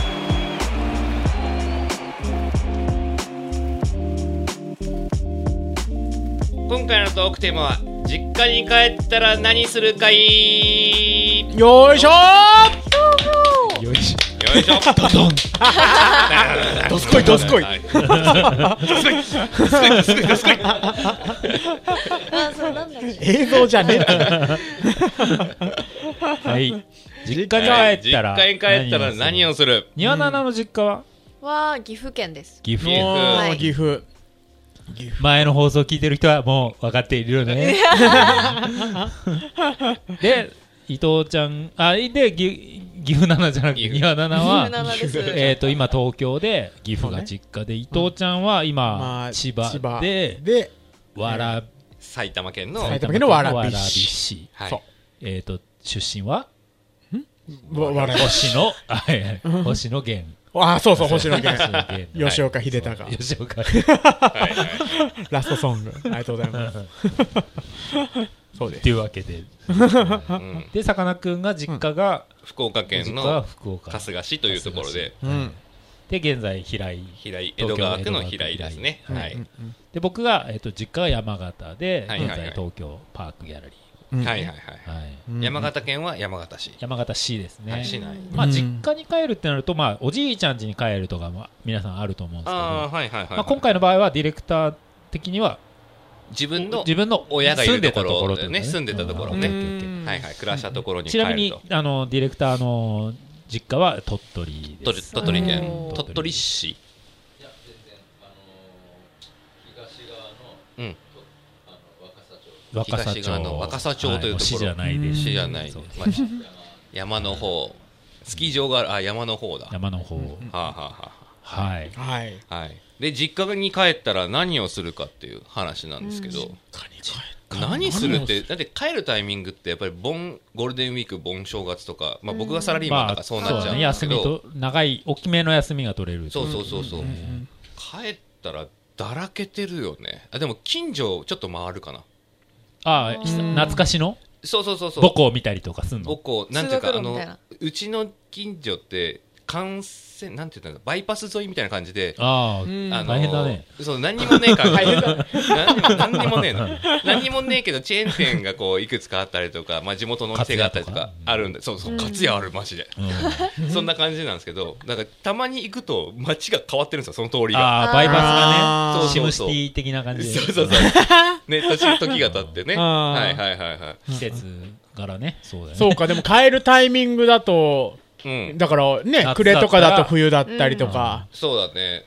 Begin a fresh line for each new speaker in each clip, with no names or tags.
Hey.
今回のトークテーマは実家に帰ったら何するかい
よいしょ
よいし
よいしょドドン
どすこいどすこい
はい
あ、そうなんだ っけ。
映像じゃねえんだよ
ょはい実
は
家
い
に帰っ
実
たら
家に帰ったら何
を
をする
庭菜々の実家は
は岐阜県です。
岐阜
岐
もう
はい
岐阜
前の放送を聞いてる人はもう分かっている よねで伊藤ちゃんあでぎ岐阜7じゃなくて
岐阜
庭7
岐阜
は
七です
えー、と今東京で岐阜が実家で伊藤ちゃんは今、
まあ
千葉で
で
わら
埼玉県の
埼
埼
玉
玉
県の
県の
蕨市
蕨市
はい
そう
えっ、と出身は
わわら
星野あはいはい星野源
あそうそう星野 源
源
吉岡秀隆
吉岡
はいはい
ラストソングありがとうございますそうで
っていうわけで
うん
でさかなクンが実家が、
福岡県
実家は
の
福岡
春日市というところで
うん
で現在平井
平井江
東
戸
京
川区の
江戸
平
川区
井ですね
平井
はい
で僕が、えっと実家は山形で、
はいはいはい
現在東京パークギャラリ
うん
はいはい
ー、
は
はい、
い山形県は山形市
山形市ですね、
はい市内
まあ、
うん
実家に帰るってなると、まあ、おじいちゃん家に帰るとかも皆さんあると思うんですけど
ああはいはいはい
まあ、今回の場合はディレクター的には
自分の
自分の
親がい
住ん
る
で
と
た
こと
ころ
ろ
という
で
ことね
ね住んでたところ
う
ね
ん
はいはい暮らしたところに
ち
帰
なみ
る
に
と
あのディレクターの実家は鳥取で
鳥
す
鳥取
う
県
ん
鳥取市うん
若狭
東側
町
の若狭町というところ
はも市じゃないです
市じゃない
そう
まあ山の方スキー場があるあ山の方だは
山の方、
あはあは
はい
はい
あはいで実家に帰ったら何をするかっていう話なんですけど何するってだって帰るタイミングってやっぱり盆ゴールデンウィーク盆正月とかまあ僕がサラリーマンだからそうなっちゃうんです
休
け
み
ど
と長い大きめの休みが取れる
そうそうそうそう帰ったらだらけてるよねあでも近所ちょっと回るかな
ああ懐かしの
そうそうそうそう
母校を見たりとかすんの
僕こうなんていうか
通
あ
学路み
の
たいな
うちの近所って幹線なんていうんだろうバイパス沿いみたいな感じで
ああ、
ん
あの
大変だね
そう何にもねえから大変だ何にも何にもねえの何にもねえけどチェーン店がこういくつかあったりとか、まあ、地元のお店があったりと
かつや
か
と
あるんでそうそうかつやあるマジで、そんな感じなんですけどなんかたまに行くと街が変わってるんですよその通りが
ああバイパスが
あ
ね
ー
シムシティ的な感じで
そうそうそうね年時が経ってね
あー
はいはいはいはい
季節からねそうだよね
そうかでも帰るタイミングだと
うん
だからね
夏
暮れとかだと冬だったりとか
そうだね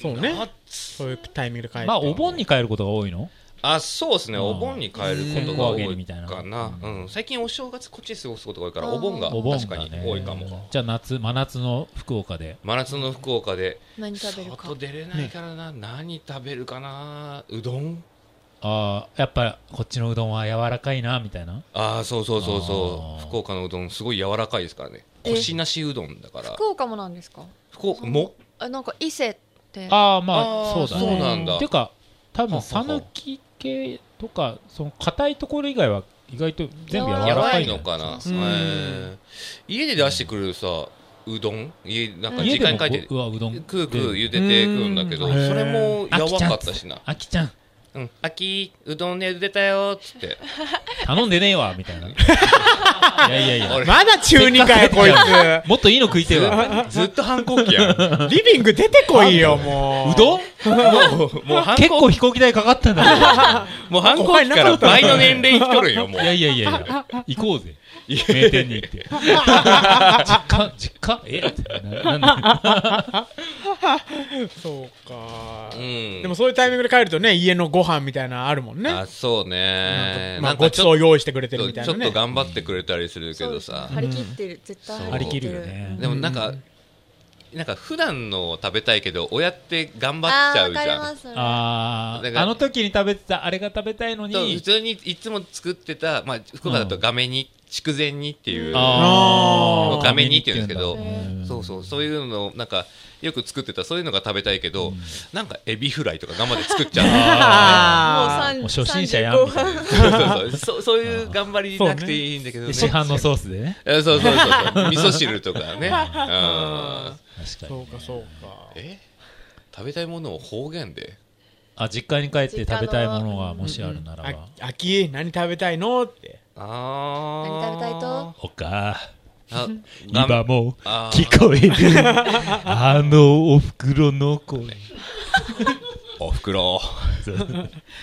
そうね
夏
そういうタイミングで帰って
まあお盆に帰ることが多いの
あそうですね、
うん
お盆に帰ることが多いか
うん
な、うん、最近お正月こっちで過ごすことが多いから、お盆が
お盆
確か
が
に
ね
多いかも。
じゃあ夏真夏の福岡で
真夏の福岡で、
何食べるか
外。出れないからな、何食べるかな、うどん
ああやっぱこっちのうどんは柔らかいなみたいな
ああ、そうそうそうそ
あー
う、福岡のうどん、すごい柔らかいですからね、
え
こしなしうどんだから、
福岡もなんですか。
福岡も
あ、なんか伊勢って。
ああまあ
あ
そ
ー
うだね
そうなんだ
っていうか多分
ははは
讃岐系とかその硬いところ以外は意外と全部柔
柔
ら
ら
か
か
い
い
の
の
か
かな、
うそう
へー家で出してくれるさ、うどん、家なんか時
家
間に
でも
書いて、
うわうどん
くうくう茹で
うん
て食うんだけど、
へー
それも
あ
や
き
ば
ちゃん
かったしな。
あきちゃん
うん、秋うどんで茹でたよっつって
頼んでねえわみたい ないやいやいや
俺
まだ中二かよこいつ
もっといいの食いてえわ
ず っと反抗期 やんも
リビング出てこいよもう
うどん
うもう反
結
抗
構飛行機代かかったんだ
もう反抗期から倍の年齢生きとるんよも
け
う
どいやいやいやいや行こうぜ名店に行って 実家実家えななんで
そうか
うん
でもそういうタイミングで帰るとね家のご飯みたいなのあるもんね
あそうね
まあ
なん
ご
かち
ちそ
ょ
う
っ
用意してくれてる
と
みたい
ち
な
ょっと
ね
頑張ってくれたりするけ
そう
どさ
張り切ってる。絶対
そう
張り切るよね
でもなんかなんか普段の食べたいけど親って頑張っちゃうじ
あーわかり
ゃ
ま
ん
すそれ
あ
だ
ー
から
あの時に食べてたあれが食べたいの
そう
に
普通にいつも作ってた、まあ、福岡だと画面に筑前煮っていう
あー
画面にっていうんですけど
画面煮っていうん
だ
そうそうそういうのなんかよく作ってたそういうのが食べたいけど、なんかエビフライとか頑張って作っちゃ
もう
あー
三
もう初心者やんみたい な
うそうそうそうそういう頑張りなくていいんだけど、ね
で市販のソースでね
えそうそうそう そう味噌汁とかねうん
確か
そ
に
うかそうか
え食べたいものを方言で
あ実家に帰って食べたいものがもしあるならば
あ秋何食べたいのって
あー
何食べたいと
おか
あ
今も
あー
聞こえるあのおふくろの 声
おふくろ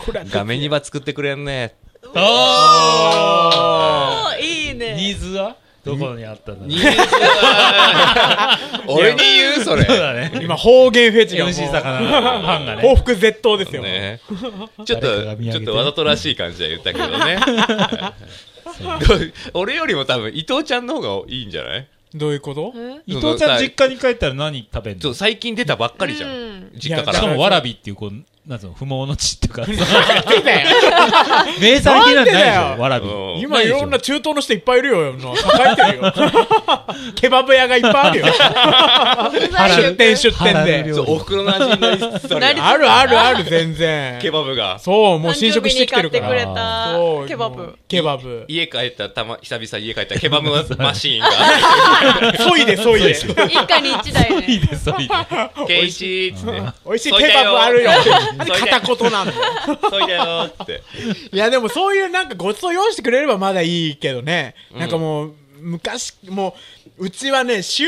これは
画面には作ってくれんね
あ
おいい
ー
ね
ニーズはどこにあったんだろう
ニーズは 俺に言うそれ
そうだね
今方言フェチがもう
MC 魚のファンが
報
ね
復絶倒ですよ
ね ちょっ
誰か
と
が見上
ちょ
げ
ってとわざとらしい感じで言ったけどね はい俺よりも多分伊藤ちゃんの方がいいんじゃない
どういうこと
え
伊藤ちゃん実家に帰ったら何食べん
そう
のし
最近出たばっかりじゃん、
うん
実家か
いや
からもわらびっていうこうなんつうの不毛の地っていう か
なんでだよ
名産品なんてないでし
なんでだよ
ょわらび
うん
今いろんな中東の人いっぱいいるよ抱えてるよケバブ屋がいっぱいあるよ出店出店で
そうおふくろの味になりつつあ
な
る
り
よ
あるあるある全 然
ケバブが
そうもう侵食してきてるか
誕生日
ら
に買ってくれ
そ
た
う
ケバ
もう
ブ
ケバブ
家帰ったたま久々家帰ったケバブマシーンが
そいでそいで
一家に一台
いい
ね
ですそ ういいね
ケイシーっつって
美味しいケバブあるよ
そいだよ
なんで片言なんだよ
そいだよって
いやでもそういうなんかごちそう用意してくれればまだいいけどね、なんかもう昔もううちはね週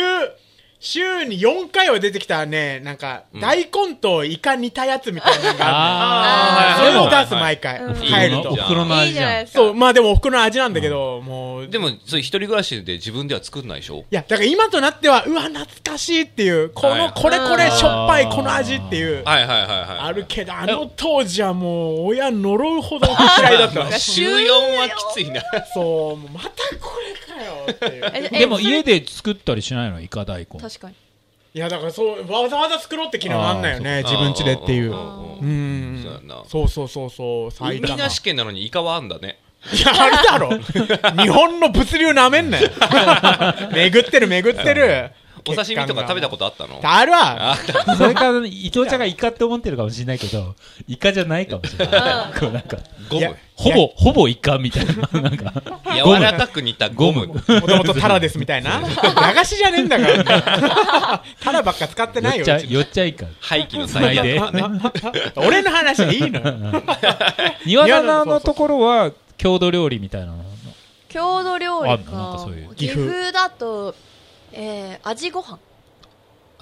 週に4回は出てきたねなんか大根とイカ煮たやつみたいなのがあ
あ
る
ー
の、それを
でも
出す毎回、
うん
帰る
いい
と
お。ふくろの
いい
味
じ
じ
ゃな
ゃ
い
ん
ですか
そうまあでもおふくろの味なんだけど、もう
でもそれ一人暮らしで自分では作んないでしょ
いやだから今となってはうわ懐かしいっていうこ
はい
のこれこれしょっぱいこの味っていう
はいはいはいはい
あるけどあの当時はもう親呪うほど嫌いだった
まあ週4はきついな
そうもうまたこれかよっていう
ええ
でも
それ
家で作ったりしないのイカ大根
確かに
いやだからそうわざわざ作ろうって気にはなんないよね
あー
自分家でっていう
あ
う
ー
ん
そうやんな
そうそうそうそう埼
海
玉い
なし県なのにイカはあんだね
やあ るだろ日本の物流なめんなよ巡ってる巡ってる
お刺身とか食べたこととあったの
あるわ
あった
それから伊藤ちゃんがイカって思ってるかもしれないけどイカじゃないかもしれないこうなんか
ゴ
いや
ム
ほぼほぼイカみたいななんかゴム
柔らかく煮たゴム
ゴ
も
ム
ともとタラですみたいな流しじゃねえんだからねタラばっか使ってないよ
よっちゃ
うち
よっちゃイカ
廃棄の
つな
際
い
だ と
で
かね
俺の話でいいのよ
庭菜のところは郷土料理みたいなの
郷土料理
あなんか
か
そういう
岐阜だとえー味ご飯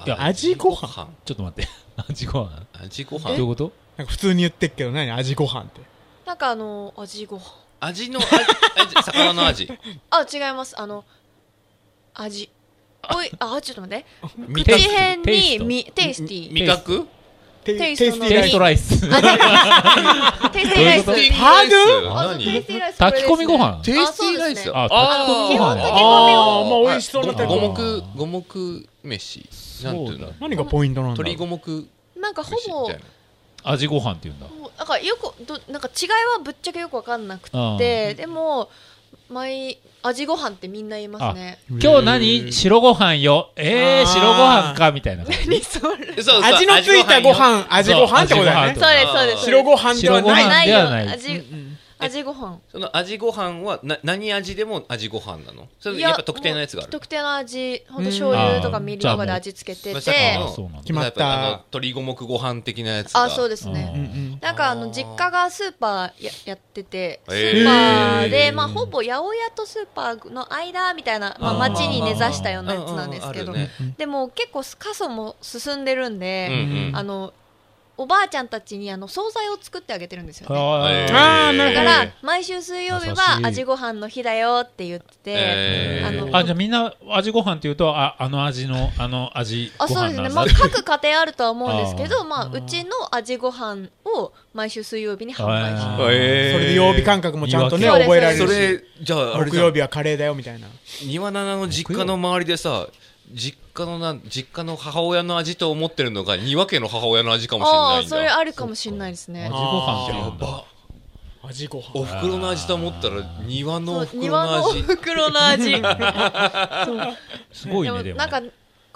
いや
味ご飯
飯
ちょっと待って 味ご飯
味ご
どう
飯
いうこと
なんか普通に言ってっけど何味ご飯って
なんかあの味ご飯
味の味味魚の味
あ違いますあの味おいあちょっと待って
味
口
覚
ス
辺
テイス
に
ト
みテイスティー
味覚
テ
テイ
イ
スト
テ
の
イスティー
テイストライス
テイスティーライス
どうい
ハード
あそう
何
テイスティーライスこれ で
炊
す
き込みご飯
テイスティーライス
あ
あ
炊き込みご飯
基本的に
ああまあ美味しそうな
あ
タ
五
コ
ご
目五目飯なんていうの
何がポイントなんだろう
鶏五目
なんかほ
飯み
ぼ
たいな
味ご飯って言うんだ
もうなんかよくどなんか違いはぶっちゃけよくわかんなく
あ
てでも毎味ご飯ってみんな言いますね
今日何白ご飯よ
あ
えー
ー
白ご飯かみたいな感じ
何そ
そ
れ
うそう
味のついたご
よ
飯味ご飯ってことだよね
そうですそうです
白ご飯ではな
白ご
い
飯
ない
では
よ
ない
味味ご飯
その味ご飯はな何味でも味ご飯なのそれ
い
やっぱ特定のやつがあ
も
る
う特定の味ほんと醤油とかみりんとかで味付けて
まあ
て
さっき
あ
の
そうなんだ
決まった
やぱあの鶏五目ご飯的なやつが
あそう
で
ですね
うんうん
なんかあの実家がスーパーややっててス
へー
ーパー
へ
で
ー
まあほぼ八百屋とスーパーの間みたいなまあ
あー
街に根ざしたようなやつなんですけど
あるね
でも結構過疎も進んでるん
う
で
んうん
あのおばあちゃんたちにあの惣菜を作ってあげてるんですよね
は
え
い
ー
あーな
だ
る
か
ほ
ら毎週水曜日は
優しい
味ご飯の日だよって言って
え
あ
ー
の
あじゃあみんな味ご飯っていうとああの味のあの味ご
あそう
飯
です
な
ね、
ん
ま
だ
あ、各家庭あるとは思うんですけ
あ
どまあ、うちの味ご飯を毎週水曜日に販売し
あ
て
ー
る
えー
それで曜日感覚もちゃんとね
そうです
覚えられ
そ
るし
れじゃああれ
木
じゃ
曜
ん
日はカレーだよみたいな
庭菜々の実家の周りでさ実家のな実家の母親の味と思ってるのが庭家の母親の味かもしれ
あ
な
あ
いん
それ
だ
あるかもしれないです
味
ね
ご飯ってい
や
うんだ
ば
味ご飯
お袋の味と思ったら庭のお
そう
袋
庭
の
のお
味
袋の味そう
すごい
で
ね
も
でも
なんか
ね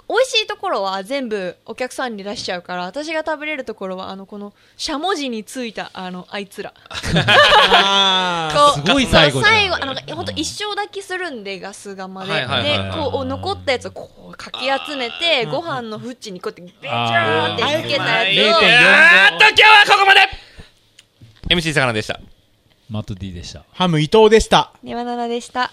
美味しいところは全部お客さんに出しちゃうから私が食べれるところはあのこのしゃもじについたあのあいつら
あ
こう
すごい最後
そう
じゃん
最後あの本当一生だけするんでガス釜で
はいはいはい
で
はい
こう残ったやつをこうかき集めてご飯の縁にこうやってベチャー
あー
ってつけ
と今
たや
0.4
日は Ah, ここまで MC さかなでした
マット D でした
ハム伊藤でした
つをネバナナでした